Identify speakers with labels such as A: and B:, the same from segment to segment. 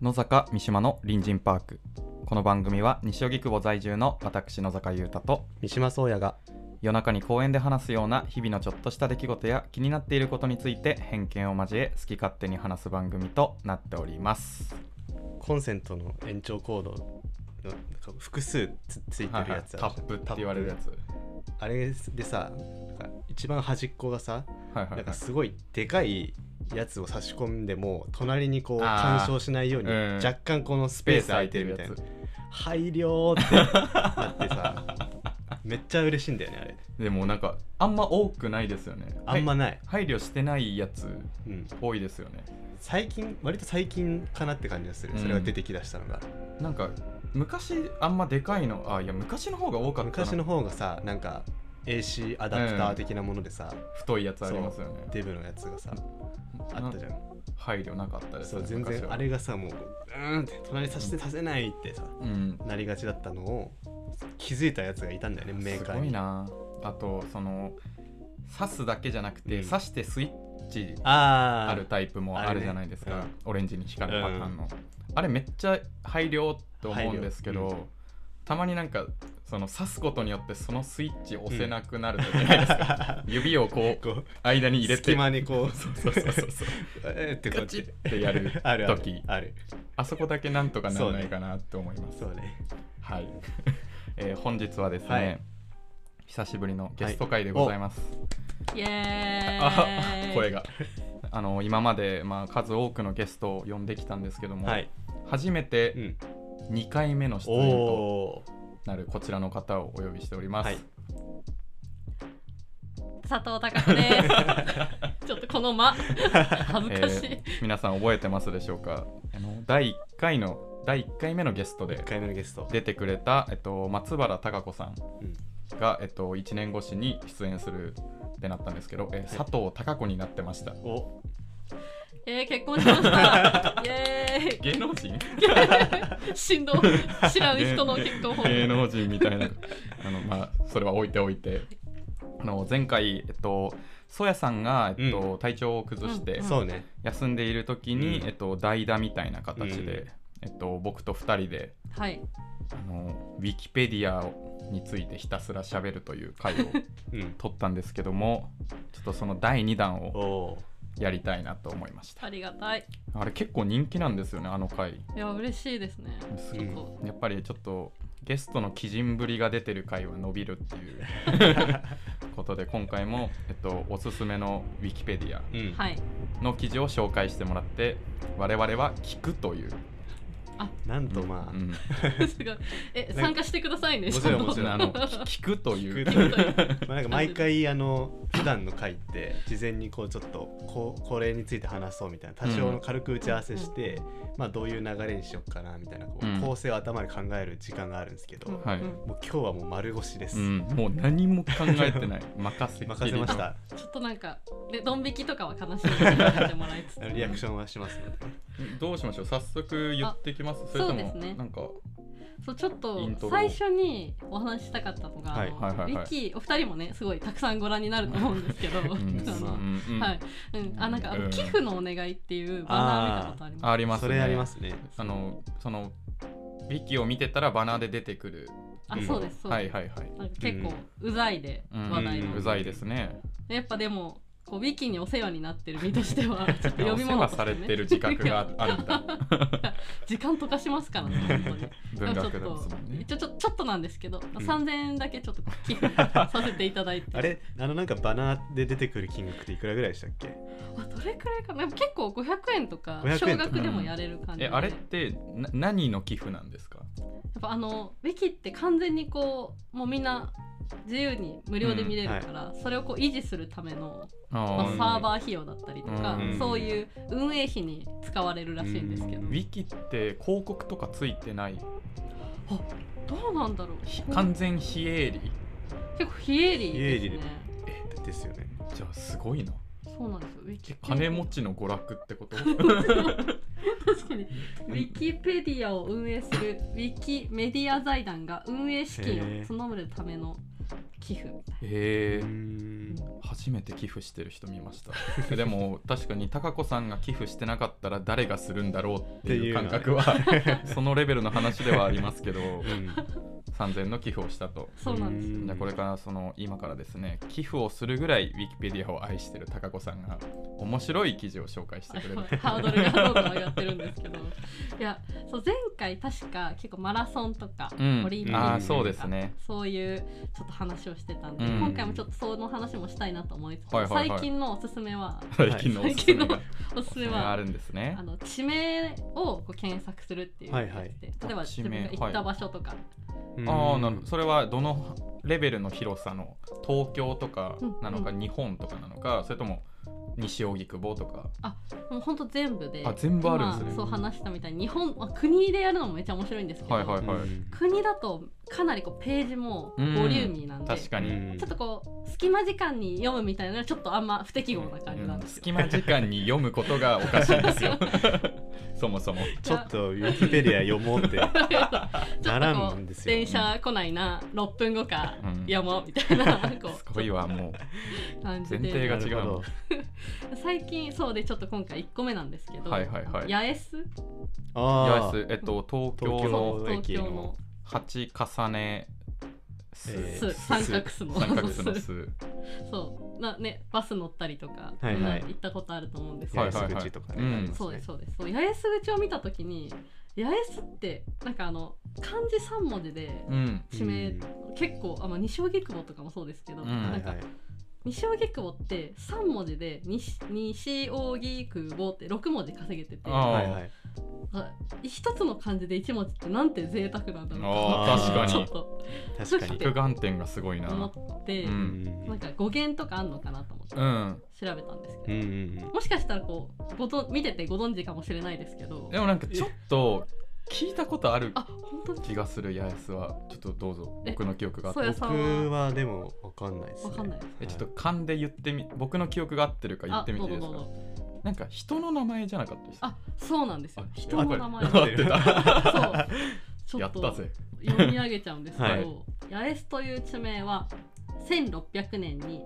A: 野坂三島の隣人パークこの番組は西荻窪在住の私野坂優太と
B: 三島宗也が
A: 夜中に公園で話すような日々のちょっとした出来事や気になっていることについて偏見を交え好き勝手に話す番組となっております
B: コンセントの延長コードのなんか複数つついてるや
A: はい
B: つあ
A: はい
B: る
A: タ
B: じ
A: ッ
B: ゃん
A: プって言われるやつ
B: あれでさなんか一番端っこがさ
A: はいはい
B: な
A: は
B: ん
A: い
B: かすごいでかいやつを差し込んでも隣にこう
A: あー
B: 干渉しないように
A: うん
B: 若干このスペース空いてるみたいな
A: スペース空いてる
B: 「配慮」ってなってさ めっちゃ嬉しいんだよねあれ
A: やつでもなんかあんま多くないですよね
B: あんま
A: はい
B: ない、
A: 配慮してないやつ
B: うん、
A: 多いですよね
B: 最近割と最近かなって感じがするそれが出てきだしたのが、
A: なんか昔あんまでかいのあいや昔の方が多かったな
B: 昔の方がさなんか AC アダプター的なものでさ、
A: 太いやつありますよね
B: デブのやつがさあったじゃん
A: 配慮なかったです
B: そ
A: ね
B: う全
A: 昔
B: 然
A: は
B: あれがさもううーんって隣させてさせないってさ、
A: うん
B: なりがちだったのを気づいたやつがいたんだよねメーカー
A: すごい
B: に
A: なあとその刺すだけじゃなくて、
B: うん
A: 刺してスイッチ
B: あー
A: あるタイプもあ
B: あ
A: る
B: れね
A: じゃないです
B: う
A: か、
B: ん
A: オレンジに光るパターンの、あれめっちゃ配慮と思うんですけど、
B: 配慮うん
A: たまになんかその刺すことによってそのスイッチ押せなくなるじゃない ですか、指をこう
B: こう
A: 間に入れて
B: 隙間にこう
A: そうそうそうそうそう
B: えーってこうや
A: ガチってやる
B: あるある
A: 時
B: ある
A: あそこだけなんとかならないかなと思います、
B: そうね
A: はい、えー本日はですね、
B: はい
A: 久しぶりのゲスト会でございます、
C: イエー
A: あ
C: イ
A: 声があの今まで、まあ、数多くのゲストを呼んできたんですけども、
B: はい、
A: 初め
B: う
A: て
B: ん、
A: 2回目の出
B: お
A: 演と
B: お
A: なるこちらの方をお呼びしております、
B: はい
C: 佐藤貴子で すちょっとこの間恥ずかしい、
A: えー皆さん覚えてますでしょうかあの第1回の第1回目のゲスト
B: ー、1
A: で
B: 回目のゲスト
A: 出てくれた、えっと、松原貴子さん
B: うん
A: が、えっと、1年越しに出演するってなったんですけど、えー佐藤貴子になってました
B: お
C: えー、結婚しましたイエ
A: 芸能人
C: ーイ振動知らん人の結婚報
A: 芸
C: 告
A: 能人みたいなあのまあそれは置いておいてあの前回えっとソヤさんが、えっと体調を崩して
C: うん
B: そうね
A: 休んでいる時に、
B: うん
A: えっと、代打みたいな形で、
B: うん
A: えっと、僕と2人で
C: はい
A: あのウィキペディアについてひたすら喋るという回を
B: うん
A: 撮ったんですけど もちょっとその第2弾
B: お
A: を
B: お
A: やりたいなと思いました
C: ありがたい
A: あれ結構人気なんですよねあの回
C: いや嬉しいですね
A: す
B: う
A: ごい
B: ん
C: そ
A: やっぱりちょっとゲストの鬼人ぶりが出てる回は伸びるっていうことで今回も、えっと、おすすめのウィキペディア
B: ーうん
C: う はい
A: の記事を紹介してもらって我々は聞くという、
B: なんとまあ、
A: うん、
C: すごいえ参加してくださいね
B: もちろん
C: ちゃ
B: もちろん
A: あの聞くという
B: 聞く
C: という
B: まあ、なんか毎回あの普段の回って事前にこうちょっとこうこれについて話そうみたいな多少の軽く打ち合わせして、まあ、どういう流れにしようかなみたいなこう、
A: うん
B: 構成を頭で考える時間があるんですけど、
C: うん
B: もう
A: はい
C: うん
B: 今日はもう丸腰です、
A: うん、もう何も考えてない任せっきり
B: 任せました
C: ちょっとなんかでドン引きとかは悲 しいのでやめてもらいつつ
B: リアクションはしますので
A: どうしましょう早速言ってきますそれと
C: そうで
A: も
C: すね
A: なんか
C: そうちょっと
A: イントロ
C: 最初にお話ししたかったのが、
B: はい
A: はいはいはい
C: ウィキお二人もねすごいたくさんご覧になると思うんですけど、
A: うん
C: あの
A: うんうん
C: はい、うん、あなんかあの、
A: うん
C: 寄付のお願いっていうバナー見たことあります
A: ありますね
B: それありますね
A: あのそのウィキを見てたらバナーで出てくる
C: あ
B: うん
C: そうですそうです、
A: はいはいはい
C: なんか結構うざいで
A: うん
C: 話題の、
A: うざいですね。
C: やっぱでもこうウィキにお世話になってる身とし てはちょっと呼び
A: お世
C: 物
A: 話
C: とし
A: さ
C: ね
A: れてる自覚があ るみたいな。
C: 時間溶かしますからね本当に
A: 文
C: でも
A: 学
C: ち
A: で
C: ょ
A: も
C: っ
A: す
C: と
A: もんね。
C: ちょちょちょっとなんですけど、
A: ん
C: 3000円だけちょっと寄付させていただいて
B: あれあのなんかバナーで出てくる金額っていくらぐらいでしたっけ
C: あどれくらいかな結構500円とか
B: 500円とか
C: 少額でもやれる感じで、
A: えあれってな何の寄付なんですか？
C: やっぱあのウィキって完全にこうもうみんな自由に無料で見れるから、それをこう維持するための、まあ
A: あ
B: うん
C: サーバー費用だったりとか、
A: うん
C: そういう運営費に使われるらしいんですけど、
A: ウィキって広告とかついてない
C: どうなんだろう
A: ひ
C: こう
A: 完全非営利。
C: 結構非営利です
B: 非営利
C: ね
B: でですよね
A: じゃあすごいな。
C: そうなんですよウィキペディア
A: 金持ちの娯楽ってこと？
C: 確かにウィキペディアを運営するウィキメディア財団が運営資金を募るための寄付みたいな。
A: へえ
B: うーん
A: 初めて寄付してる人見ましたでも確かに貴子さんが寄付してなかったら誰がするんだろうっていう感覚は そのレベルの話ではありますけど
B: うん
A: 3000の寄付をしたと
C: そうなんです。
A: じゃあこれからその今からですね寄付をするぐらいウィキペディアを愛してる貴子さんが面白い記事を紹介してくれる
C: ハードルがどんどん上がってるんですけどいやそう前回確か結構マラソンとか、
A: うん
C: オリンピックと
A: あ
C: か
A: ーそうですね
C: そういうちょっと話をしてたんで、
A: うん
C: 今回もちょっとその話もしたいなと思いつつ、
A: はいはいはい
C: 最近のおすすめは
B: ん
A: 最近のおすすめが
C: おすすめは
A: あるんですね
C: あの地名をこう検索するっていう
B: はいはい
C: やつで例えば
A: あ
C: 自
A: 地
C: 分
A: 名
C: が行った場所とか、
B: うん
A: ああなるほどそれはどのレベルの広さの東京とかなのか、
C: うん
A: 日本とかなのかそれとも西荻窪とか
C: もうほんと全部で
A: あ全部あるんですね
C: 今そう話したみたいに日本、まあ、国でやるのもめっちゃ面白いんですけど、
A: はいはいはい
B: うん
C: 国だとかなりこうページもボリューミーなんで、
A: 確かに、
B: うん
C: ちょっとこう隙間時間に読むみたいなのがちょっとあんま不適合な感じなん
A: うん
C: ですよ。
A: 隙間時間に読むことがおかしいんです よそもそも
B: ちょっとウィキペディア読もうって
C: ちょ
B: な
C: っ
B: ら
C: と
B: ん
C: こ
B: んで
C: う
B: すよ
C: 電車来ないな6分後か
A: うん
C: 読もうみ たいなこ
A: すごいわもう
C: う感じ
A: 前提
C: で
A: が違う
B: なる
A: も
B: ほ
A: ん
B: ど
C: 最近そうでちょっと今回1個目なんですけど
A: はいはいはい
C: 八重洲
B: あ
A: 八重洲えっと東
B: 東
A: 京の
B: 京の
C: そう東京の
A: 八重ねす
B: え
C: 巣
B: ー
C: 三角巣の
A: 三角巣の
C: 巣
A: 数
C: そうなねバス乗ったりとか、
B: はいはい
C: 行ったことあると思うんですけど、
A: はい
B: あ
A: はい
B: 安口とかね、
A: うん
B: ありますね
C: そうですそうですそう八重洲口を見た時に八重洲ってなんかあの漢字3文字で
A: うん
C: 地名、
B: うん
C: 結構あ、まあ、西荻窪とかもそうですけど、
A: うん
B: は
C: ないんか
B: はい
C: 西荻窪って3文字で西西荻窪って6文字稼げて
A: あ
C: て
B: はいはい
C: 一つの漢字で1文字ってなんて贅沢なんだろ
A: あー
C: う
A: 確
C: ち
A: か
C: ょ
A: に
C: っと
B: 確かに
A: 着眼点がすごいな
C: 思って、
A: う
B: うんん
C: なんか語源とかあんのかなと思って
A: うん
C: 調べたんですけど、
B: うんうん
C: もしかしたらこうごと見ててご存知かもしれないですけど
A: でもなんかちょっと聞いたことある
C: あ本当に
A: 気がする八重洲はちょっとどうぞ
C: え
A: 僕の記憶があっ
C: そう
A: て
C: や
B: 僕
C: さんは
B: はでもわかんないですね
C: わかんないです
A: えちょっと勘で言ってみ僕の記憶が合ってるか言
C: あ
A: ってみ
C: ど
A: て
C: う
A: いい
C: ぞ
A: で
C: ど
A: す
C: う
A: か
C: ぞ
A: なんか人の名前じゃなかったです
C: あそうなんですよ
A: あ
C: 人の名前
A: やっぱり 合 って
C: そうちょ
A: や
C: っ
A: っ
C: と
A: たぜ
C: 読み上げちゃうんですけど、
B: はい
C: 八重洲という地名は1600年に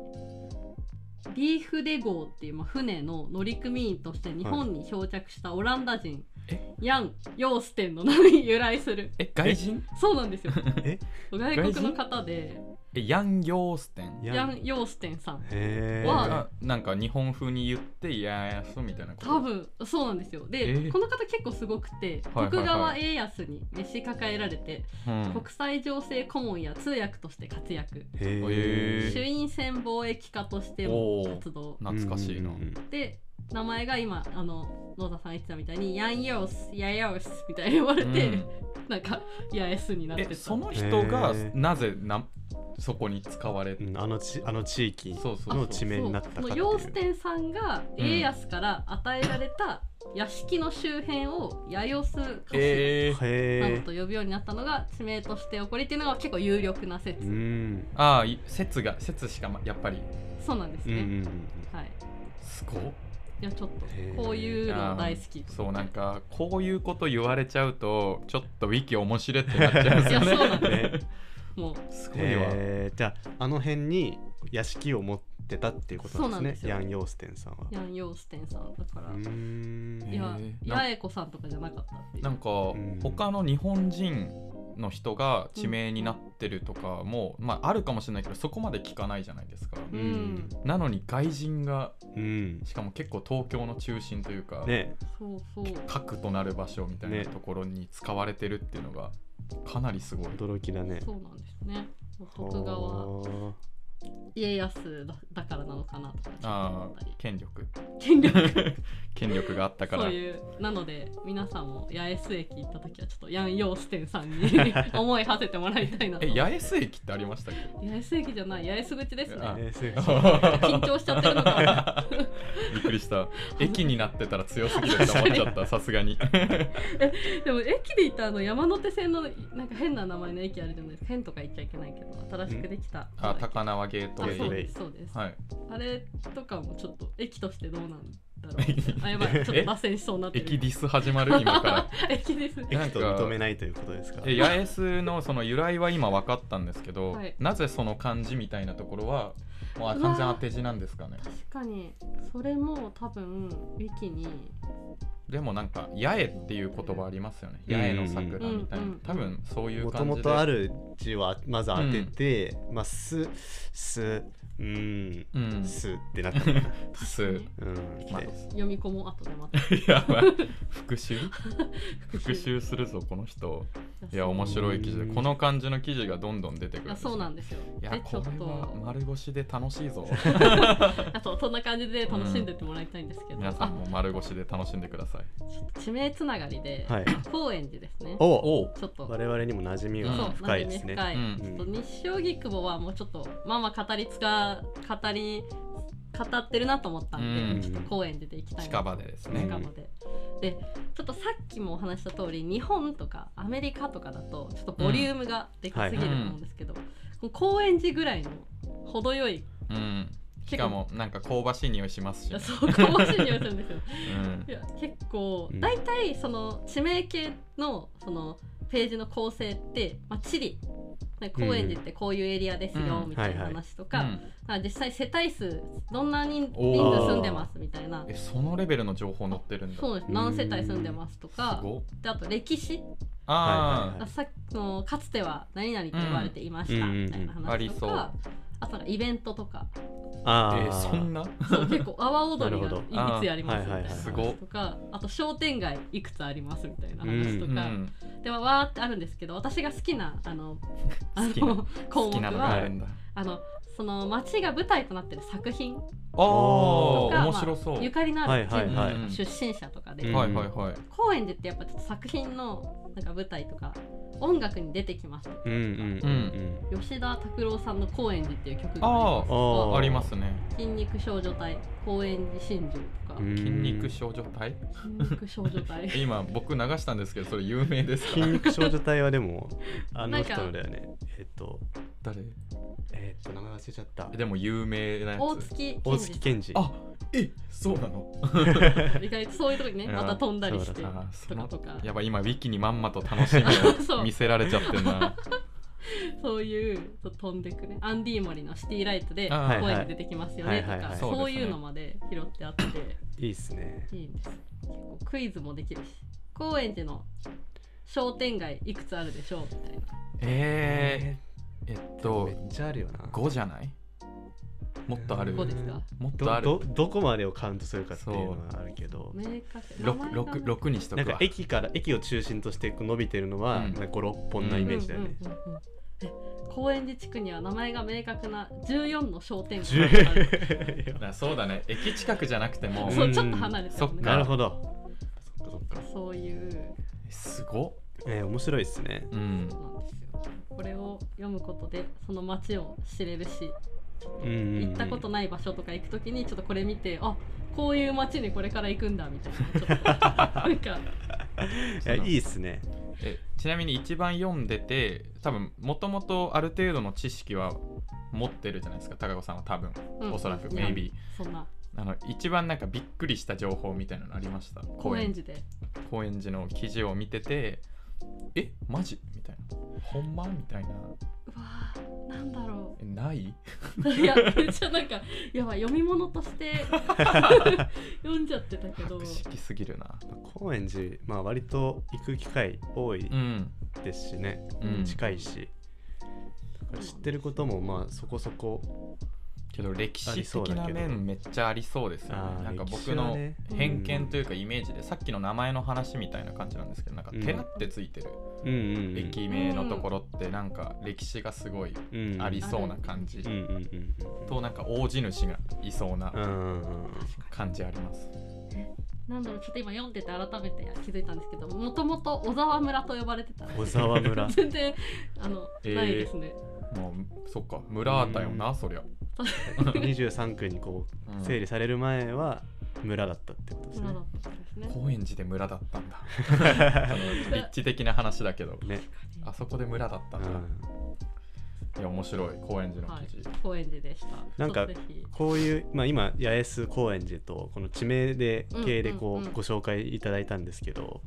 C: リーフデ号っていうまあ船の乗組員として日本に漂着したオランダ人、
A: え
C: ヤン・ヨーステンの名に由来する
A: え外人
C: そうなんですよ
B: え
C: 外国の方で
A: えヤン・ヨーステン
B: いや
C: ヤン・ヨーステンさん
B: へー
A: はなんか日本風に言ってやーすみたいなこと
C: 多分そうなんですよで、
A: えー
C: この方結構すごくて
A: はいはいはい
C: 徳川家康に召し抱えられて、
A: うん
C: 国際情勢顧問や通訳として活躍
B: へー
A: へー
C: 衆院選貿易課としての活動
A: 懐かしいな
B: うんうん
C: で名前が今あの野田さん言ってたみたいにヤンヨースヤヨースみたいに呼ばれて、
A: うん
C: なんかヤエスになって
A: え
C: た
A: その人が
B: へー
A: なぜなそこに使われ
B: う
A: て
B: んうんあのちあの地域
A: そうそう
B: の地
A: そう
B: 名になったか
C: そ
B: って
C: う
B: い
C: そうのヨーステンさんが
A: うん
C: 家康から与えられた屋敷の周辺をヤヨス家臣
A: えー、
B: へ
C: など
B: え
C: と呼ぶようになったのが地名として起こりっていうのが結構有力な説、
B: うん
A: ああい説が説しかまやっぱり
C: そうなんです
B: うんうん
C: ね、
B: うん
C: はい
A: すごっ
C: いやちょっ
B: へー
C: とこういうの大好き
A: そうなんかこういうこと言われちゃうとちょっとウィキ面白いってなっちゃうんですよね
C: いやそうなん
B: だよ
C: もう
A: すごいわ、
B: へーじゃああの辺に屋敷を持ってたっていうことなんですね
C: そ
B: ヤ
C: うなんです
B: ン・
C: よ
B: ヨーステンさんは
C: ヤン・ヨーステンさんだから、
B: うーん
C: いや
A: へ、ーな
C: 八重子さんとかじゃなかったっていう。
A: なんか
B: ん
A: 他の日本人の人が地名になってるとかも、まあ、あるかもしれないけどそこまで聞かないじゃないですか。
C: うん、
A: なのに外人が
B: うん
A: しかも結構東京の中心というか、
B: ね
C: そうそう。
A: 核となる場所みたいな
B: ね
A: ところに使われてるっていうのがかなりすごい。
B: 驚きだね
C: そうなんですね。徳川
B: は
C: 家康だだからなのかなとかちょっと
A: あ
C: 思った
A: あ
C: り。
A: 権力
C: 権力
A: 権力があったか
C: そ
A: ら
C: ういうなので皆さんも八重洲駅行った時はちょっとヤン・ヨーステン さんに思い馳せてもらいたいなと
A: え八重洲駅ってありましたっけ
C: 八重洲駅じゃない八重洲口です
A: あ
C: ね
B: えーすごい
C: 緊張しちゃってるのかな
A: びっくりした駅になってたら強すぎるって思っちゃったさすがに
C: でも駅で行ったあの山手線のなんか変な名前の駅あるじゃないですか変とか言っちゃいけないけど新しくできた
A: あ高輪ゲート
C: あそう
A: ウェ
B: ト
A: イ
B: イレ
C: ですそうです
A: はい
C: あれとかもちょっと駅としてどうなんだろうあやばいちょっと脱線しそうになってる
A: 駅ディス始まる今 から
C: 駅です
A: え
B: 駅と認めないということですか
A: え八重洲のその由来は今分かったんですけど、
C: はい
A: なぜその漢字みたいなところはもうあ
C: うわー
A: 完全当て字なんですかね
C: 確かにそれも多分ウィキに
A: でもなんか「八重」っていう言葉ありますよね「
B: うん
A: 八重の桜」みたいな、
C: うん
A: 多分そういう
B: もと
A: 感じで
B: もとある字はまず当てて、まあすすうん
A: うんす
B: すってなったの かな、
A: す
B: うん
A: まあ
B: で
C: 読み込もう後でまた
A: やばい復習復 習するぞこの人いや面白い記事で
B: うん
A: この漢字の記事がどんどん出てくる
C: いやそうなん
A: で
C: ですよ
A: すよい
C: で
A: やこれは丸腰で楽しいぞ
C: あとそんな感じで楽しんでってもらいたいんですけど、
A: 皆さん
C: あ
A: も丸腰で楽しんでください
C: 地名つながりで、
B: はい
C: 高円寺ですね
B: お
A: お
C: ちょっと、
B: 我々にも馴染み
A: うん
C: そ
B: が
C: う
B: 深いですね、
C: 馴染み
A: うん
C: 深いちょっと西荻窪はもうちょっとまあまあ語りつか語り語ってるなと思ったんで、
A: うん
C: ちょっと高円寺で行きたいな
A: 近場でですね
C: 近場で。でちょっとさっきもお話しした通り日本とかアメリカとかだとちょっとボリュームがでかすぎると思うんですけど、この高円寺ぐらいの程よい
A: うんしかもなんか香ばしい匂いしますしね、
C: そうかもしれないんですよ
A: うん
C: いや結構
B: うん
C: 大体その地名系のそのページの構成って、まあ、地理なんか高円寺ってこういうエリアですよ
A: うん
C: みたい
B: は
C: な
B: いは
C: 話と
A: う
C: か、
A: ん
C: まあ実際世帯数どんな人
A: おー
C: 人数住んでますみたいな
A: えそのレベルの情報載ってるんだ
C: そうです何世帯住んでますと
A: す
C: か
A: ごっ
C: であと歴史
A: あー、
B: はいはいはい
C: さそのかつては何々と言われていました
B: うん
C: みたいな
A: うんうんうんあり
C: 話と
A: そ
C: か、
A: う
C: あとなんかイベントとか
B: あー
A: えーそんな
C: そう結構阿波踊り
B: なる
A: ほど
C: がいいつやりますみたいな
B: あー
A: すごっ
C: 話とかあと商店街いくつありますみたいな話と
A: う
C: か、
A: ん、
C: ではわーってあるんですけど私が好きな あのあ
A: 好きな
C: の項
A: 好き
C: 目
A: なのがあ
C: は
A: るんだ
C: あのその町が舞台となってる作品
A: ああ
B: お
C: とか、
A: 面白そう、
C: まあゆかりのある人
B: はいはい
A: はい
C: 物出身者とかで、
B: うん
A: はいはいはい
C: 高円寺ってやっぱちょっと作品のなんか舞台とか音楽に出てきます
B: うんうんうん
C: 吉田拓郎さんの「高円寺」っていう曲が
A: あー
B: あー
A: ありますね
C: 「筋肉少女隊」「高円寺真珠」とか
B: うん
A: 筋肉少女隊
C: 「筋肉少女隊」
A: 今僕流したんですけどそれ有名ですか
B: 筋肉少女隊はでもあ
C: な
B: の
C: んか
B: 人のだよねえっ、と
A: 誰
B: えっ、と名前忘れちゃった
A: えでも有名なや
C: 大
A: つ
C: 月
B: 大月健二
A: あえそうなの
C: 意外とそういうとこにね
A: うん
C: また飛んだりして
B: そう
C: と
A: だな
C: かとか
A: やばい今ウィキにまんまと楽しみ
C: そう
A: を見せられちゃってん な
C: そういうちょっと飛んでくねアンディーモリの「シティライト」で
A: あー
C: 声に出てきますよねと
B: はいはいは
C: か
B: い
C: そ
A: そううですね
C: いうのまで拾ってあって
B: いいっすね
C: いいんです結構クイズもできるし高円寺の商店街いくつあるでしょうみたいな
A: えー、えっ
B: ー
A: と
B: めっちゃあるよな
A: 5じゃないもっとある
C: 5ですか
A: もっとあ
B: ど
A: る
B: どどこまでをカウントするかっていうのはあるけど
C: 明確名前がね
A: 6, 6にしと
B: なん
A: く
B: か
A: わ
B: 駅から駅を中心としてこう伸びてるのは、
A: うん
B: なんか56本なイメージだよね、
C: うんうんうんうんえ高円寺地区には名前が明確な14の商店
B: 十
C: 街があ る
A: なそうだね駅近くじゃなくても
C: そうちょっと離れてる
A: そっ
B: な
A: か
B: るほどそっかそっか、
C: そういう
A: すごっ
B: えー、面白いですね
A: うん
C: そうなんですよこれを読むことでその街を知れるし行
B: 行
C: ったことない場所とか行くときにちょっとこれ見てあこういう街にこれから行くんだみたいなちょっとなんか
B: いやいいっすね
A: えちなみに一番読んでて多分もともとある程度の知識は持ってるじゃないですか高子さんは多分、
C: うん
A: おそらく
C: うん
A: maybe
C: そんな
A: あの一番なんかびっくりした情報みたいなのありました
C: 高円寺で
A: 高円寺の記事を見ててえマジみたいなほんまみたいな
C: うわーなんだろ
A: えない
C: ういや めっちゃなんかやばい読み物として 読んじゃってたけど
A: 博識すぎるな
B: 高円寺まあ割と行く機会多い
A: うん
B: ですしね、
A: うん
B: 近いしだから知ってることもまあそこそこ
A: けど歴
B: あり
A: 史
B: そう
A: 的
B: だ
A: な
B: けど
A: 面めっちゃありそうですよ
B: あー
A: ねなんか
B: 歴史
A: 僕
B: は
A: の
B: ね
A: 偏見というかイメージでさっきの名前の話みたいな感じなんですけどなんか
B: うん
A: 寺ってついてる
B: うんうんうん
A: 駅名のところってなんか歴史がすごいありそうな感じ
B: うんうんうんうん
A: となんか大地主がいそうな
B: うんうんうん
A: 感じあります。
C: なんだろうちょっと今読んでて改めて気づいたんですけどもともと小沢村と呼ばれてた
B: 小沢 村
C: 全然あの、
A: えー
C: ないですね
A: もうそっか村だよ
B: う
A: なんそりゃ。
B: 23区にこ
A: うん
B: う整理される前は村だったってことですね
C: 村だったんですね
A: 高円寺で村だったんだ。 その立地的な話だけど、
B: ね
A: あそこで村だった
B: うん
A: だ。
B: ん
A: いや面白い高円寺の
C: はい
A: 記事、、
C: 高円寺でした。
B: なんか
C: ちょっとぜひ
B: こういう、まあ、今八重洲高円寺とこの地名で
C: うん
B: 系でこ
C: うんう
B: うんご紹介いただいたんですけど、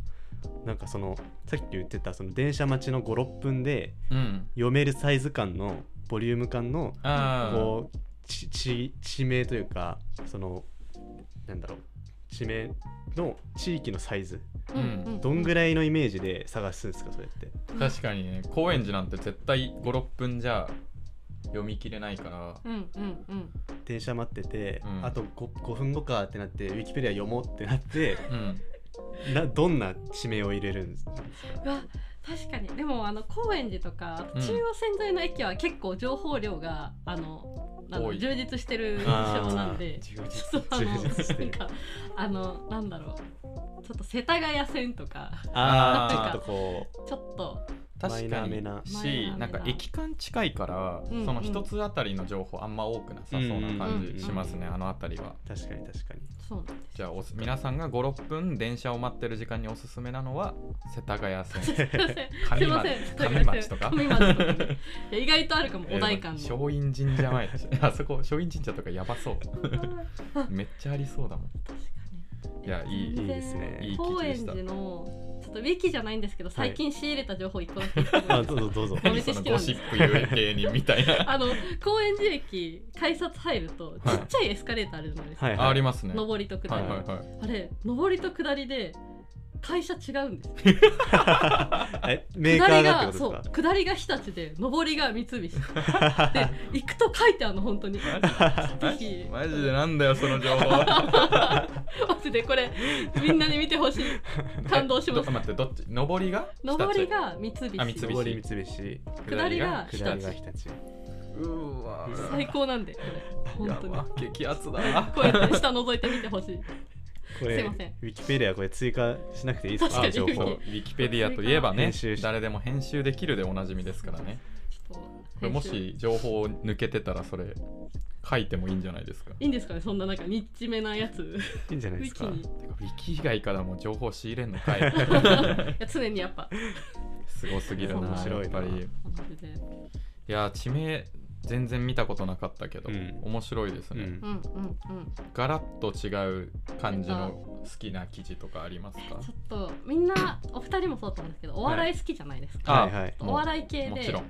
B: なんかそのさっき言ってたその電車待ちの56分で
A: うん
B: 読めるサイズ感のボリューム感の
A: あー
B: こうちち地名というかそのなんだろう地名の地域のサイズ
A: うん
B: どんぐ
C: らい
B: らいのイメージで探すんですかそれって
A: 確かにね高円寺なんて絶対56分じゃ読み切れないから
C: うんうんうん
B: 電車待ってて、
A: うん
B: あと 5, 分後かってなってウィキペディア読もうって なって
A: うん
B: などんな地名を入れるんですか
C: うわ確かにでもあの高円寺とかあと中央線沿いの駅は結構情報量が、あのなんだ
A: 多い
C: 充実してる印象なんで
B: あー
C: ちょっとあの
B: 充実してる
C: なんかあのなんだろうちょっと世田谷線とか
A: あー
B: ーちょっとこう
C: ちょっと
B: マイ
A: 確
B: ナ
A: か
B: ーめ
A: に
B: な
C: マイナー
A: し
C: めな
A: なんか駅間近いから、
C: うんうん
A: その一つあたりの情報あんま多くなさそうな感
B: うん
A: じしますね、
B: うん
A: あのあたりは
B: 確かに確かに
C: そうなんです
A: じゃあおす皆さんが56分電車を待ってる時間におすすめなのは世田谷線
C: す
A: 神
C: いま
A: 町
C: せんす
A: 神
C: いません
A: 町とか
C: 神町とかねいや意外とある かもお代官
A: えー
C: の、
A: 松陰神社前あそこ松陰神社とかやばそうめっちゃありそうだもん
C: 確かに
A: いやいい
C: 全
B: い
C: 然
B: いですね
A: いい記
C: 高
A: 事で
C: 円
A: した
C: 寺のちょっとウィキじゃないんですけど最近仕入れた情報一個だけ言ってもいい
B: あ
C: です
B: ど
C: か
B: うぞどうぞ
C: 豆
A: 何そ
C: 知識な
A: の
C: んで
A: ゴシップ有名芸人みたい な
C: あの高円寺駅改札入るとち
A: はい
C: っちゃいエスカレーターあるじゃないですか、
B: はい
A: ああ
B: は
A: り
B: い
A: ますねは
C: 上りと
A: い
C: 下
A: は
C: り、
A: いはい
C: あれ上りと下りで会社違うんですよ
B: えメーカーが
C: 下
B: っ
C: り
B: て
C: そ
B: ことで
C: う
B: すか
C: 下りが日立で上りが三 菱で行くと書いてあるの本当にぜひ
A: マジでなんだよその情報 は
C: マジでこれみんなに見てほ しい感動しまし
A: えど
C: た
A: 待ってどっち上りが
C: 上りが三
A: あ三菱
C: 菱
B: 上り三菱
C: 下りが日
B: 下り
C: 立
B: が日立
A: うーわー
C: 最高なんでこれ
A: や
C: 本当に
A: ば激アツだな
C: こうやって下覗いてみてほしい
B: こ
C: すいません
B: れウィキペディアこれ追加しなくていいですか
C: 確かに
B: 情
A: そう
B: 報
A: ウィキペディアといえばね
B: 編集し
A: 誰でも編集できるでおなじみですからね
C: ちょっ
A: ことれもし情報を抜けてたらそれ書いてもいいんじゃないですか
C: いいんですかねそんななんかニッチめ なやつ
B: いいんじゃない
C: ウ
B: で
C: ィ
B: す
C: キ
B: か
C: にい
A: てかウィキ以外からも情報仕入れんのかい
C: や常にやっぱ
A: すごすぎるな
C: 面白
B: い
A: やっ
B: な
A: ぱり
C: 感じで
A: いや地名全然見たことなかったけど、
B: うん
A: 面白いです
B: う
A: ね、
B: ん
C: うんうんうん
A: ガラッと違う感じの好きな記事とかありますか
C: ちょっとみんなお二人もそうだと思うんですけどお笑い好きじゃないですか、
A: あ
B: はいはい
A: もう
C: お笑い系
A: も
C: で
A: ちろん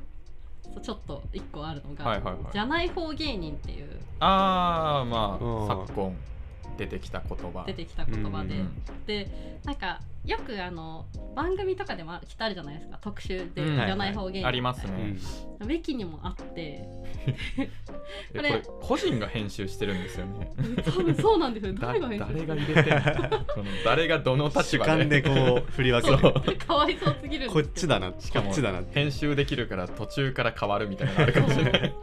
C: そうちょっと一個あるのが、
A: はいはいはい
C: じゃない方芸人っていう
A: ああま
B: うん
A: あ昨今出てきた言葉
C: 出てきた言葉で、
A: うん
C: でなんかよくあの番組とかでも来たるじゃないですか特集で、
A: うん
C: じゃない方芸人、
A: あります
B: う
A: ね
B: ん、
C: ウィキにもあって
A: えこれ個人が編集してるんですよ ね
C: 多分そうなんですよ
A: だ
C: 誰が編集
A: 誰が入れてんの この誰がどの
B: 主
A: 立場で
B: 観でこう振り分け
A: そ
B: る
A: う
C: かわいそうすぎるん
B: こ
C: で
B: っ
C: すけ
B: ち
C: ど
B: だなこ
A: しかも
B: っちだな
A: 編集できるから途中から変わるみたいなのあるかもし れない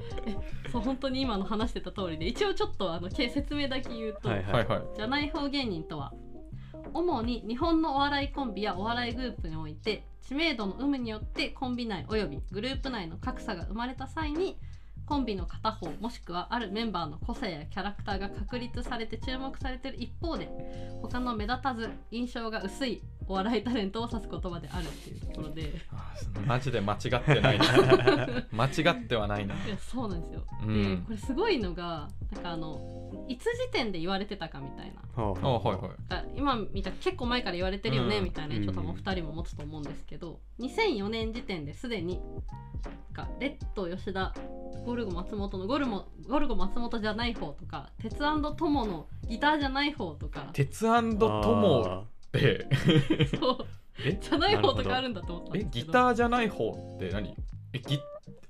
C: そう本当に今の話してた通りで一応ちょっとあのけ説明だけ言うと、
B: はい
A: はいはい
C: じゃない方芸人とは主に日本のお笑いコンビやお笑いグループにおいて知名度の有無によってコンビ内およびグループ内の格差が生まれた際にコンビの片方もしくはあるメンバーの個性やキャラクターが確立されて注目されている一方で他の目立たず印象が薄いお笑いタレントを指す言葉であるっていうところでい
A: あーマジで間違ってないな 間違ってはないな
C: やそうなんですよ。
A: うん
C: でこれすごいのがなんかあのいつ時点で言われてたかみたいな
B: ほう
A: あ
B: ほう
A: はいはい
C: が今見た結構前から言われてるよね、
A: うん
C: みたいなやつを多
B: うん
C: 分2人も持つと思うんですけど、2004年時点ですでになんかレッド吉田ゴルゴ松本のゴルモゴルゴ松本じゃない方とか鉄友のギターじゃない方とか
A: 鉄友
B: あ
A: って
C: そう
A: え
C: じゃない方
B: なるほ
C: と
B: ど
C: かあるんだと思ったん
A: え
C: ですけ
A: ギ
C: ど
A: ターじゃない方って何えギ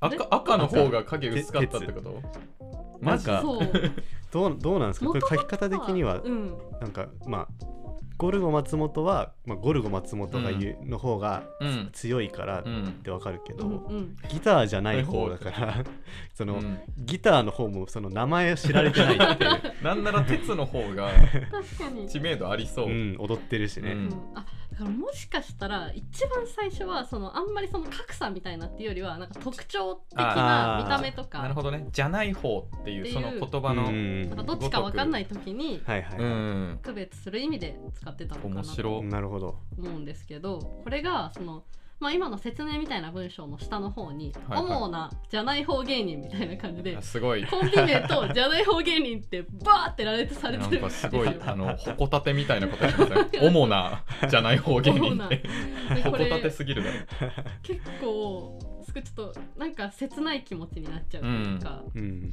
A: 赤赤の方が影薄かったってこと
B: ーな
A: マ
B: ん
A: ジ
B: か
C: そう
B: どうどうなんですかこれ
C: 元
B: 書き方的には
C: うん、
B: なんかまあゴルゴ松本は、まあ、ゴルゴ松本が言う、の方が
A: うん
B: 強いからっ
A: うん
B: てわかるけ
C: う
B: ど、
C: んうん
B: ギターじゃない方だから その、
A: うん
B: ギターの方もその名前を知られてないっていう、
A: なんなら鉄の方が
C: 確かに、
A: 知名度あり そうう、
B: ん、踊ってるしね、
A: うん
C: うんあだからもしかしたら一番最初はそのあんまりその格差みたいなっていうよりはなんか特徴的な見た目とか
A: なるほどねじゃない方っていう
C: っていう
A: その言葉の
B: う
A: うん
B: ん
C: なんかどっちか分かんない時に
B: はいはい、
C: 区別する意味で使ってたのかな
A: 面
C: と
A: 白
B: なるほど
C: 思うんですけどこれがそのまあ、今の説明みたいな文章の下の方に「
A: はいはい
C: 主なじゃない方芸人」みたいな感じで、
A: あすごい
C: コンビ名とじゃない方芸人ってバーって羅列され
A: な
C: て
A: ん
C: る
A: かす ごいあのほこたてみたいなことやってません主なじゃない方芸人って
C: で
A: ほ
C: こ
A: こたて
C: れ
A: すぎるだろ
C: 結構すごいちょっとなんか切ない気持ちになっちゃうというか、
B: う
A: い
B: ん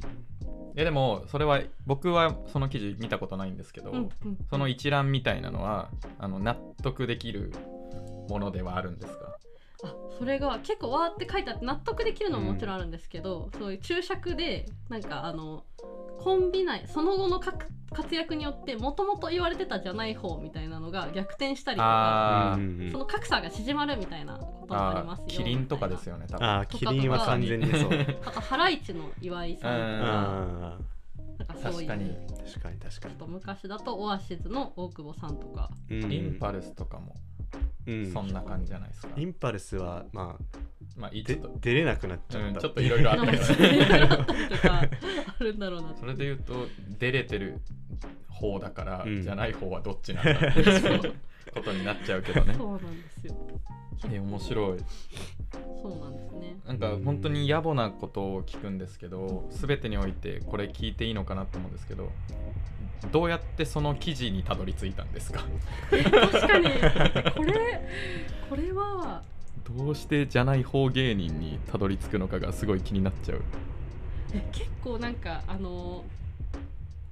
A: やでもそれは僕はその記事見たことないんですけど、
C: うんうん
A: その一覧みたいなのはあの納得できるものではあるんですか
C: あそれが結構わーって書いてあって納得できるのももちろんあるんですけど、そういう注釈でなんかあのコンビ内その後の活活躍によってもともと言われてたじゃない方みたいなのが逆転したりとか
A: あー、
B: うんうんうん
C: その格差が縮まるみたいなこともありま
A: あ
C: すよ
A: ーキリンとかです
C: よ
A: よね多分
B: あーキリンは完全にそうだ
C: あとハライチの岩井さんとか
B: あ
C: なんかそう
A: 確
C: いう
A: かに
B: ー確かに確か
C: あと昔だとオアシズの大久保さんとか
B: にうん
A: インパルスとかも
B: うん
A: そんな感じじゃないですか、
B: インパルスはまあ
A: まあいいち
B: で
A: ょっと
B: 出れなくなっちゃ
A: う
B: っ
A: ん
B: た
A: ちょっといろいろあった
C: なん
A: け
C: か
A: ど
C: そう
A: ね
C: いうのだったりとかあるんだろうなって
A: それで言うと出れてる方だから、
B: うん
A: じゃない方はどっちなんだっていう ことになっちゃうけどね
C: そうなんですよ
A: え面白い
C: そうなんですね
A: なんか本当に野暮なことを聞くんですけど全てにおいてこれ聞いていいのかなと思うんですけどどうやってその記事にたどり着いたんですか
C: 確かにこれこれは
A: どうしてじゃない方芸人にたどり着くのかがすごい気になっちゃう
C: え結構なんかあの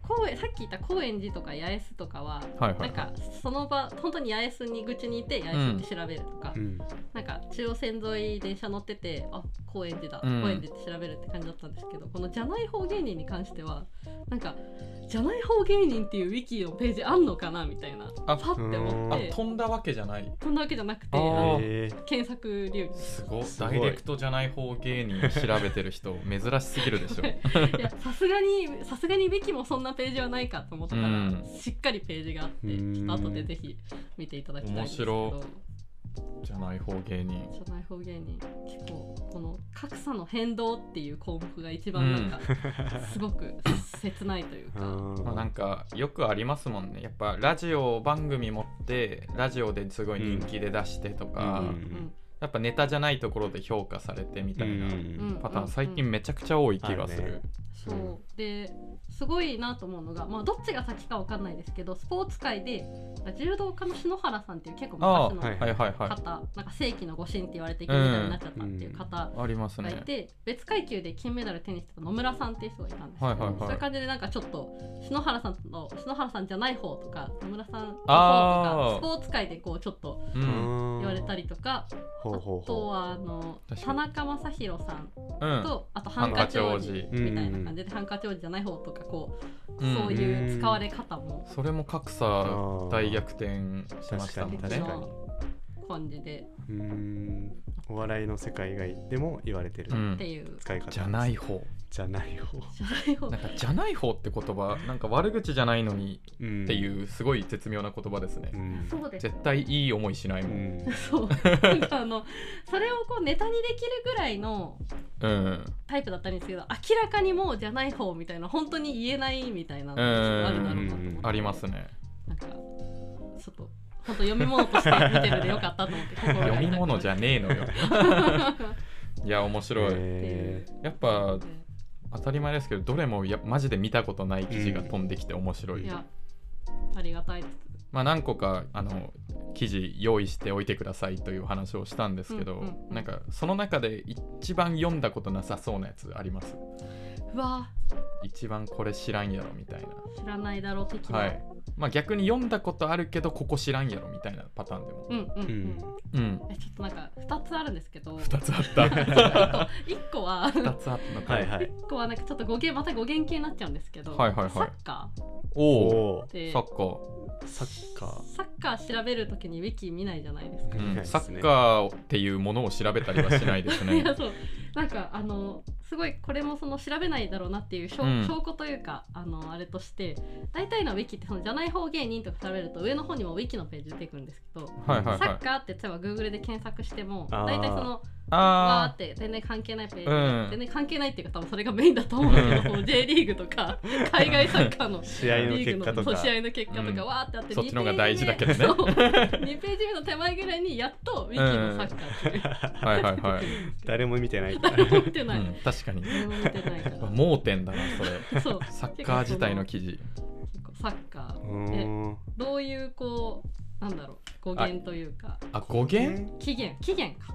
C: 高円さっき言った高円寺とか八重洲とかは
A: はいは
C: ないん
A: はい
C: かその場本当に八重洲に愚痴にいて八重洲って調べるとか、
B: うん
C: なんか中央線沿い電車乗っててあ高円寺だ、
A: うん
C: 高円寺って調べるって感じだったんですけどこのじゃない方芸人に関してはなんかじゃない方芸人っていうウィキのページあんのかなみたいなフ
A: あ
C: ァって思っ
A: あ
C: て
A: 飛んだわけじゃない
C: そんなわけじゃなくて
A: あ
C: あ
A: ー
C: の
B: えー
C: 検索流儀
A: すご
B: すご
A: ダ
B: い
A: イレクトじゃない方芸人調べてる 人珍しすぎるでしょ
C: いやさすがにさすがにウィキもそんなページはないかと思ったから、
A: うん
C: しっかりページがあって
B: うん
C: ちょっと後でぜひ見ていただきたいんですけ
A: 面
C: ど
A: じゃない方芸人
C: 社内方芸人結構この格差の変動っていう項目が一番なんか、すごく切ないという
B: あ
C: か。
B: ー
A: まあ、なんかよくありますもんねやっぱラジオ番組持ってラジオですごい人気で出してとか、
B: うん
A: やっぱネタじゃないところで評価されてみたいな
C: うん
A: パターン最近めちゃくちゃ多い気がす
B: ある
A: る。
C: そうですごいなと思うのが、まあ、どっちが先かわかんないですけどスポーツ界で柔道家の篠原さんっていう結構
A: ああ
C: 昔
A: ー
B: は
C: の方、
A: はいはいはい。
C: なんか世紀の御神って言われて銀メダルになっちゃったっていう方
A: あります
C: がい
A: ね。
C: て、別階級で金メダル手にしてた野村さんっていう人がいたんですけど、
A: はいはいはい
C: そういう感じでなんかちょっと篠原さんの篠原さんじゃない方とか野村さんの方と
A: あ
C: か
A: ー
C: スポーツ界でこうちょっと
A: うん。
B: 言
C: 言われたりとか、
B: ほうほう
C: あと
B: ほ
C: はあの
A: 確か
C: 田
A: に
C: 中将大さん
A: うん。
C: と、あとハンカチ王
A: ハンカチ
C: 子
B: 王子
C: みたいな感じでハンカチ王子じゃない方とかこう、
A: うん
C: そういう使われ方も
A: それも格差大逆転しましたもん
B: 確
A: ね
B: か。に
C: 感じで、
B: ううーんお笑いの世界以外でも言われてる
A: う
C: って
A: ん。
C: いう
B: 使い方
A: じゃない方。
B: じゃない方
C: じゃない方
A: なんかじゃない方って言葉なんか悪口じゃないのに
B: っ
A: って
B: う
A: いうすごい絶妙な言葉ですね。
B: ん
C: そうです
A: 絶対いい思いしないうもん。
B: ん
C: そうなんかあのそれをこうネタにできるぐらいの
A: うん。
C: タイプだったんですけど明らかにもうじゃない方みたいな本当に言えないみたいなのがちょっとあるだろうなと思って
A: ありますね。
C: なんかちょっと本当読み物として見てるでよかったと思って心が痛くな
A: 読
C: る
A: み物じゃねえのよ。いや面白い。
B: えー
A: やっぱ当たり前ですけどどれもやマジで見たことない記事が飛んできて面白い、
C: いやありがたいです
A: まあ何個かあの記事用意しておいてくださいという話をしたんですけど、
C: うんうんうん
A: なんかその中で一番読んだことなさそうなやつあります
C: うわ
A: 一番これ知らんやろみたいな
C: 知らないだろう的な、
A: はいまあ逆に読んだことあるけどここ知らんやろみたいなパターンでも
C: うんうんうん、
B: うん
A: うん
C: えちょっとなんか2つあるんですけど
A: 2つあっ た
C: 1個は
A: 2つあったのか
B: はいはい
C: 1個はなんかちょっと語源また語源系になっちゃうんですけど、
A: はいはいはい
C: サッカーっ
A: おお
B: おー
C: て
A: サッカー、
B: サッカー
C: サッカー調べるときにウィキ見ないじゃないですか。
A: うん
B: 見ないです
A: サッ
B: ね
A: カーっていうものを調べたりはしないです
C: い
A: ね
C: やそうなんかあのすごいこれもその調べないだろうなっていう証,、
A: うん
C: 証拠というかあのあれとして大体のウィキってそのじゃない方芸人とか調べると上の方にもウィキのページ出てくるんですけど、
A: はいはいはい
C: サッカーって例えば Google で検索しても
B: あー
C: 大体そのわーっ
A: あ
C: て全然関係ないプレイヤ
A: うん
C: ー全然関係ないっていうか多分それがメインだと思うんだけど、その J リーグと か海外サッカーの
B: 試合の
C: リー
B: 結
C: グ
B: 果と
C: のそう
B: か
C: 試合の結果とか
A: うん
C: わーってあって
A: そっ
C: 二
A: ちの方が
C: ペー
A: 大事
C: ジ目
A: だけどね
C: そう2ページ目の手前ぐらいにやっとウィキのサッカーっていう
A: あはい はい はい、
B: 誰も見てないから
C: 誰も見て
A: う
C: ない、
A: ん、確かに
C: 誰も見てないから
A: 盲点だなそれ
C: そう
A: サッカー自体の記事
C: サッカー
B: うーん
C: どういうこうなんだろう語源というか
A: あ語源
C: 起源起源か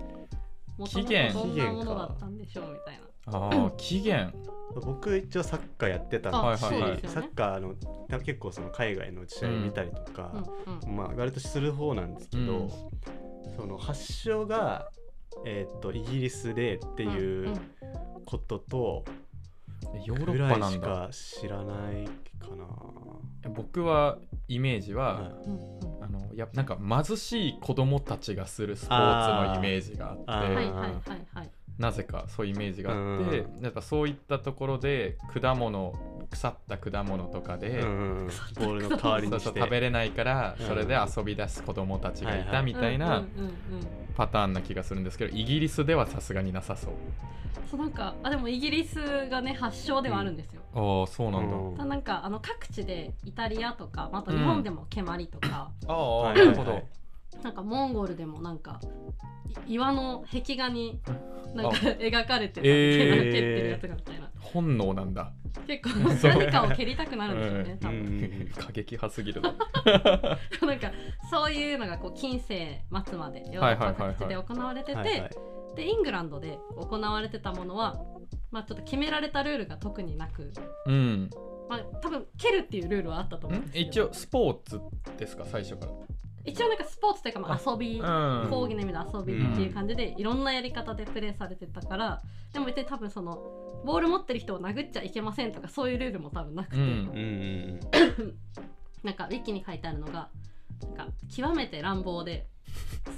C: もと
A: 起
C: もと
A: 源
C: どんなものだったんでしょうみたいな
A: ああ起源
B: 僕一応サッカーやってたし、
C: あ
A: はいはいはい
C: そうです
B: サ
C: よね
B: ッカーのた結構その海外の試合見たりとか、
C: うんうん
B: まあ割とする方なんですけど、
A: うん
B: その発祥が、えー、とイギリスでって
C: ん
B: いうんことと
A: えヨーロ
B: ぐ
A: ッ
B: ら
A: パ
B: い
A: な
B: し
A: んだ
B: か知らないかな。
A: 僕はイメージは、
B: はい
C: うんうん
A: あのいやなんか貧しい子供たちがするスポーツのイメージがあ
B: あ
A: って
B: ー
C: はいはいはいはい
A: なぜかそういうイメージがあって、なんかそういったところで果物腐った果物とかで、
B: うんボールの代わり
A: そ
B: に
A: う
B: して
A: そう食べれないから
B: うん
A: それで遊び出す子供たちがい
B: はいは
A: た
B: い
A: みたい
C: うん
A: な
C: うんうんうん
A: パターンな気がするんですけどイギリスではさすがになさそう
C: そうなんかあでもイギリスがね発祥ではあるんですよ、
A: ああそうなんだ、
B: うん
C: ただなんかあの各地でイタリアとかあと日本でも蹴鞠とか、
A: あ
B: は
A: あ
B: い
A: なるほど、
B: はい
C: なんかモンゴルでもなんかい岩の壁画になん
A: あ
C: か描かれてた蹴
A: えー
C: 鞠蹴ってるやつがみたいな、
A: 本能なんだ、
C: 結構
A: そう
C: 何かを蹴りたくなるんですよね、多
B: う
C: 分、
B: ん
A: 過激派すぎるな
C: なんかそういうのがこう近世末までヨーロ
A: はい
C: ッ
A: はいはいはい
C: パ各地で行われてて、
B: はいはい
C: でイングランドで行われてたものは、まあ、ちょっと決められたルールが特になく、
A: うん
C: まあ、多分蹴るっていうルールはあったと思うん
A: ん
C: ですけど
A: 一応スポーツですか最初から
C: 一応なんかスポーツというかまあ遊び、
A: うん
C: 講義の意味で遊びっていう感じで、いろんなやり方でプレーされてたからでも別に多分そのボール持ってる人を殴っちゃいけませんとかそういうルールも多分なくて、
A: うん
B: うんうん
C: なんかウィキに書いてあるのがなんか極めて乱暴で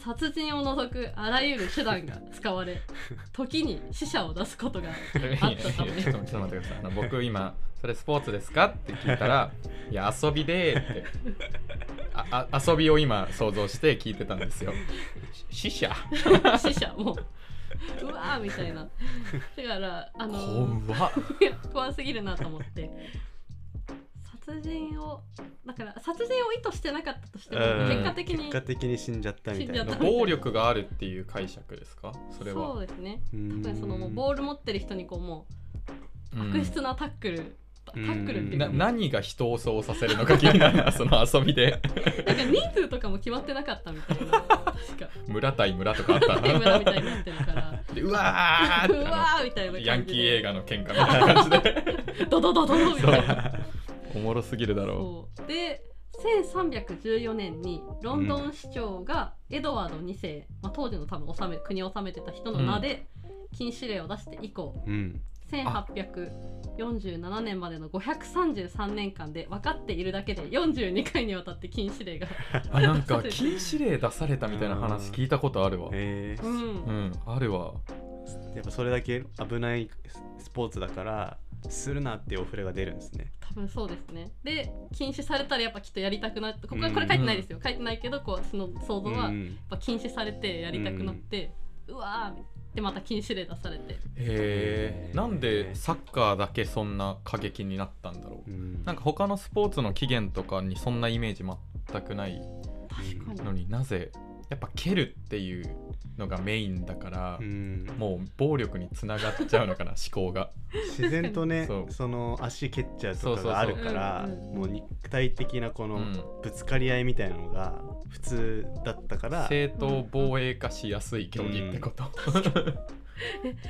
C: 殺人を除くあらゆる手段が使われ時に死者を出すことがあったため
A: いやいやちょっとちょっと待ってくださいあの僕今それスポーツですかって聞いたら「いや遊びで」ってああ遊びを今想像して聞いてたんですよ死者
C: 死者もううわーみたいなだからあの
A: 怖っ
C: いや怖すぎるなと思って殺人をだから殺人を意図してなかったとしても
B: うん
C: 結果的に
B: 結果的に死んじゃったみたい
C: 死んじゃ
B: な
C: っ。
A: 暴力があるっていう解釈ですかそれ
C: そ
A: は
C: うですね
B: う
C: 多
B: ん
C: 分そのもうボール持ってる人にこうも
A: う
C: うん悪質なタックル、タタックルっていう
A: な
C: かもうなんか
A: 何が人をそうさせるのか気になるなその遊びで
C: 人数とかも決まってなかったみたいな確か
A: 村対村とかあった
C: ゲーム
A: な
C: だみたいになってるから
A: でうわーっ
C: う
A: て
C: わ
A: あ
C: ーみたいな
A: の
C: 感じで
A: ヤンキー映画の喧嘩みたいな感じで
C: ドドドドドみたいな
A: おもろすぎるだろ
C: そうで1314年にロンドン市長がエドワード2世、まあ、当時の多分治め国を治めてた人の名で禁止令を出して以降、
B: うん
C: 1847年までの533年間で分かっているだけで42回にわたって禁止令が、
A: うあなんか禁止令出されたみたいな話聞いたことあるわ
B: えー
C: うん
A: うん、あるわ。
B: やっぱそれだけ危ないスポーツだからするなっていうお触れが出るんですね。
C: 多分そうですねで禁止されたらやっぱきっとやりたくなってここはこれ書いてないですよ、書いてないけどこうその想像はやっ
B: ん、
C: ぱ禁止されてやりたくなって、うわーでまた禁止令出されて
A: へ
B: へ
A: え。
B: ー
A: なんでサッカーだけそんな過激になったんだろう。
B: うん
A: なんか他のスポーツの起源とかにそんなイメージ全くない
C: 確かに
A: のになぜやっぱ蹴るっていうのがメインだから
B: う、ん
A: もう暴力につながっちゃうのかな思考が。
B: 自然とね
A: そ
B: そうの足蹴っちゃうとかがあるから
C: そうそうそううん
B: もう肉体的なこ
A: う
B: の
A: ん、
B: ぶつかり合いみたいなのが普通だったから、
A: 正当防衛化しやすい競技ってこと。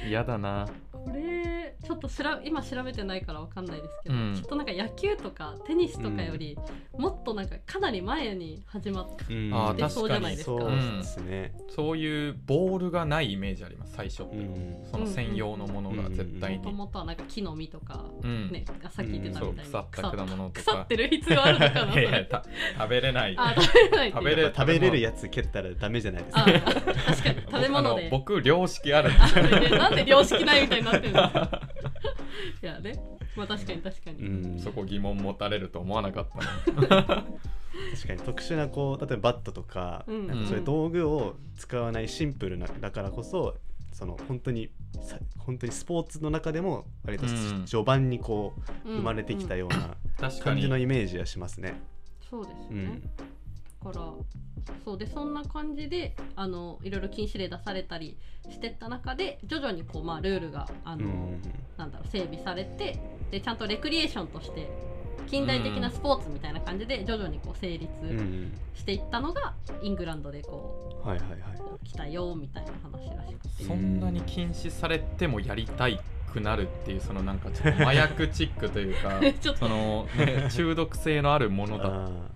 A: 嫌だな。
C: これちょっと調べ今調べてないからわかんないですけど、
A: うん
C: きっとなんか野球とかテニスとかより、もっとなんかかなり前に始まって
B: うん
A: あー
B: で
C: そうじゃないですか。
B: そうですね。
A: そういうボールがないイメージあります最初って。
B: うん
A: その専用のものが絶対
C: もと
A: に。
C: もとはなんか木の実とか、
A: うん
C: ね、がさっき言ってた
A: そ
C: み
A: う
C: たいに、
A: 腐った果物とか。
C: 腐ってる必要あるのかな そ
A: いやいや
C: れ
A: た食べれない。
C: あ食べれないって
A: 食
C: い
A: べ
C: う
A: れ
B: やっぱ食べれるやつ蹴ったらダメじゃないです
C: あ
B: か。
C: 確かに食べ物
A: あの
C: で
A: 僕良識あるんです
C: あで なんで良識ないみたいになってるんですか いやねまあ確かに確かに、
B: うん
A: そこ疑問持たれると思わなかったな。
B: 確かに特殊なこう例えばバットとか,、
C: うん
B: なんかそういう道具を使わないシンプルなだからこそその本当にさ本当にスポーツの中でも割と
A: うん
B: 序盤にこう生まれてきたよ
C: よ、
B: うな
A: 確か
B: 感じの
A: に
B: イメージはしますね。
C: そうですよ
B: う
C: ね、
B: ん
C: だからそうでそんな感じであのいろいろ禁止令出されたりしてった中で徐々にこう、まあ、ルールがあ
B: う
C: の、
B: ん
C: なんだろう整備されてでちゃんとレクリエーションとして近代的なスポーツみたいな感じで徐々にこう成立
B: うん
C: していったのがイングランドでこ
B: はいはいはいう
C: こう来たよみたいな話らしくて
A: そんなに禁止されてもやりたいくなるっていうそのなんかちょっと麻薬チックという か
C: ちょっと
A: その、ね、中毒性のあるものだ
B: あー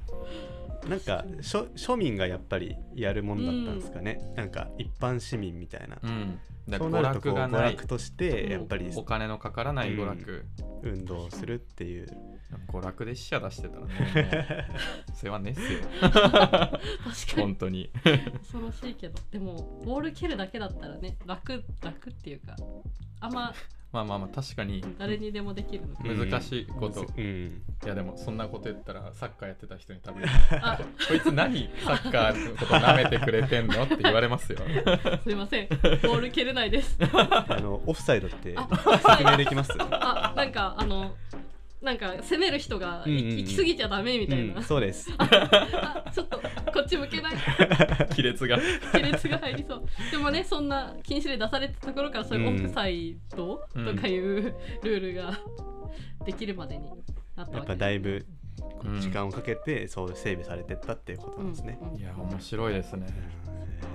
B: なんか庶庶民がやっぱりやるもんだったんですかね、なんか一般市民みたいな、
A: うんだか
B: そう
A: ら娯
B: なる
A: 楽
B: とこう
A: が
B: 娯
A: ない
B: 楽としてやっぱり
A: お金のかからない娯楽、
B: 運動をするっていう、
A: 娯楽で死者出してたらねもう 世話ねっすよ
C: 確かに
A: 本当に
C: 恐ろしいけどでもボール蹴るだけだったらね楽楽っていうかあんま
A: まあまあまあ確かに
C: 誰にでもできるのか
A: 難しいこと、い
B: うん、
A: やでもそんなこと言ったらサッカーやってた人に多分
C: あ
A: こいつ何サッカーのこと舐めてくれてんのって言われます よ
C: すいませんボール蹴れないです
B: あのオフサイドって
C: あ
B: 説明できます
C: あなんかあのなんか攻める人がい
B: うんうんうん
C: 行き過ぎちゃダメみたいな、
B: うん、そうです。
C: あちょっとこっち向けない
A: 亀裂が
C: 亀裂が入りそうでもねそんな禁止令出されたところからそういうオフサイドとかいううルールができるまでになった
B: やっ
C: わ
B: ぱ
C: け
B: だ
C: で
B: いぶこう時間をかけてそう整備されてったっていうことなんですね。
C: うんうん
A: いや面白いですね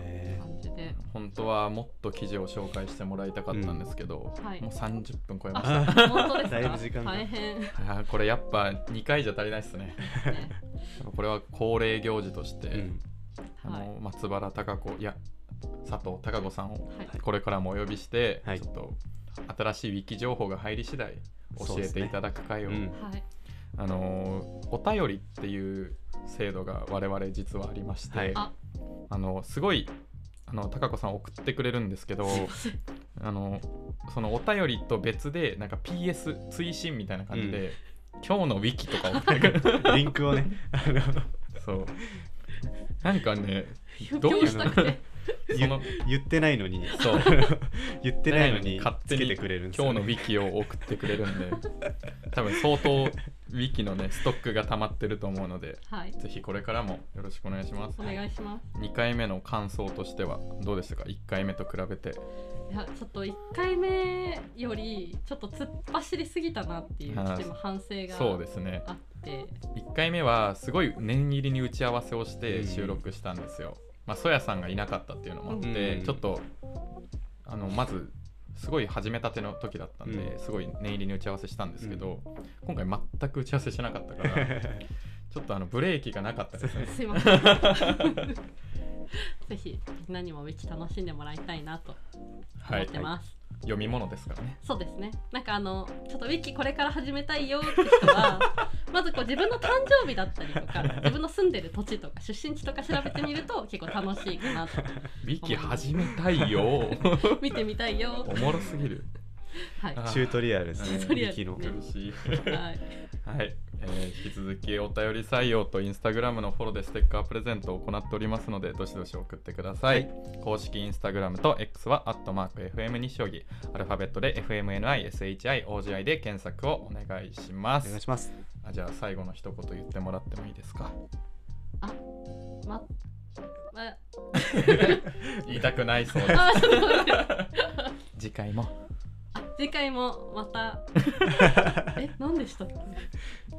B: へ
C: 感じで
A: 本当はもっと記事を紹介してもらいたかったんですけど、
C: うんはい
A: もう30分超えました
C: あ本当ですか
B: だいぶ時間が
C: 大変で
A: あーこれやっぱ2回じゃ足りないですね
C: すね
A: これは恒例行事として、
B: ーうん
A: あの
C: はい
A: 松原孝子いや佐藤孝子さんを
C: はい
A: これからもお呼びして、
B: はい
A: ちょっと新しいウィキ情報が入り次第教
B: そうで
A: え
B: す
A: て
B: ね
A: いただく会を、
B: うん
C: はい
A: あのーお便りっていう制度が我々実はありまして、
B: はい
A: あ
C: あ
A: のすごいあの孝子さん送ってくれるんですけど
C: すいません
A: あのそのお便りと別でなんか PS 追伸みたいな感じで、今日のウィキとか送ってくる
B: リンクをね、あの
A: そうなんかね
C: 布
A: どういう
C: 教したくて
A: その
B: 言ってないのに、
A: そう
B: 言ってないのに
A: 勝手に
B: つけてくれるんです
A: 今日
B: よ、
A: のウ
B: ね。
A: ィキを送ってくれるんで多分相当ウィキのねストックが溜まってると思うので
C: はい
A: ぜひこれからもよろしくお願いします
C: お願いします
A: 2回目の感想としてはどうでしたか1回目と比べて
C: いやちょっと1回目よりちょっと突っ走りすぎたなっていうちょっと今反省
A: そうで
C: が
A: すね
C: あって
A: 1回目はすごい念入りに打ち合わせをして
B: うん
A: 収録したんですよ、まあソヤさんがいなかったっていうのもあって、
B: うん
A: ちょっとあのまずすごい始めたての時だったんで、
B: うん
A: すごい念入りに打ち合わせしたんですけど、今回全く打ち合わせしなかったからち ょっとあのブレーキがなかったですね
C: すいません ぜひみんなにもウィキ楽しんでもらいたいなと
A: は
C: 思っ
A: い
C: てます、
A: 読み物ですからね
C: そうですねなんかあのちょっとウィキこれから始めたいよって人は まずこう自分の誕生日だったりとか自分の住んでる土地とか出身地とか調べてみると結構楽しいかなと
A: ウィキ始めたいよ
C: 見てみたいよ
A: おもろすぎる
C: はい
A: あ
B: チュートリアルですね、
A: チュー
C: トリア
B: ウ
C: ル
B: ィキの。
A: 苦しい
C: はい
A: はい、えー引き続きお便り採用とインスタグラムのフォローでステッカープレゼントを行っておりますのでどしどし送ってください、公式インスタグラムと X はアットマーク FM 西荻アルファベットで FMNISHIOGI で検索をお願いしま
B: お願い
A: す
B: します。
A: あじゃあ最後の一言言ってもらってもいいですか
C: まま
A: 言いたくないそうです
C: あちょっと待って
A: 次回 も
C: 次回もまたえ何でしたっけ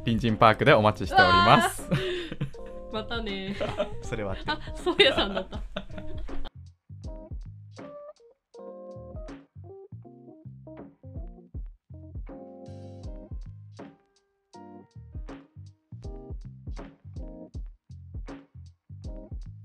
A: 隣人パークでお待ちしております
C: またね
B: それはあって
C: あそうやさんだった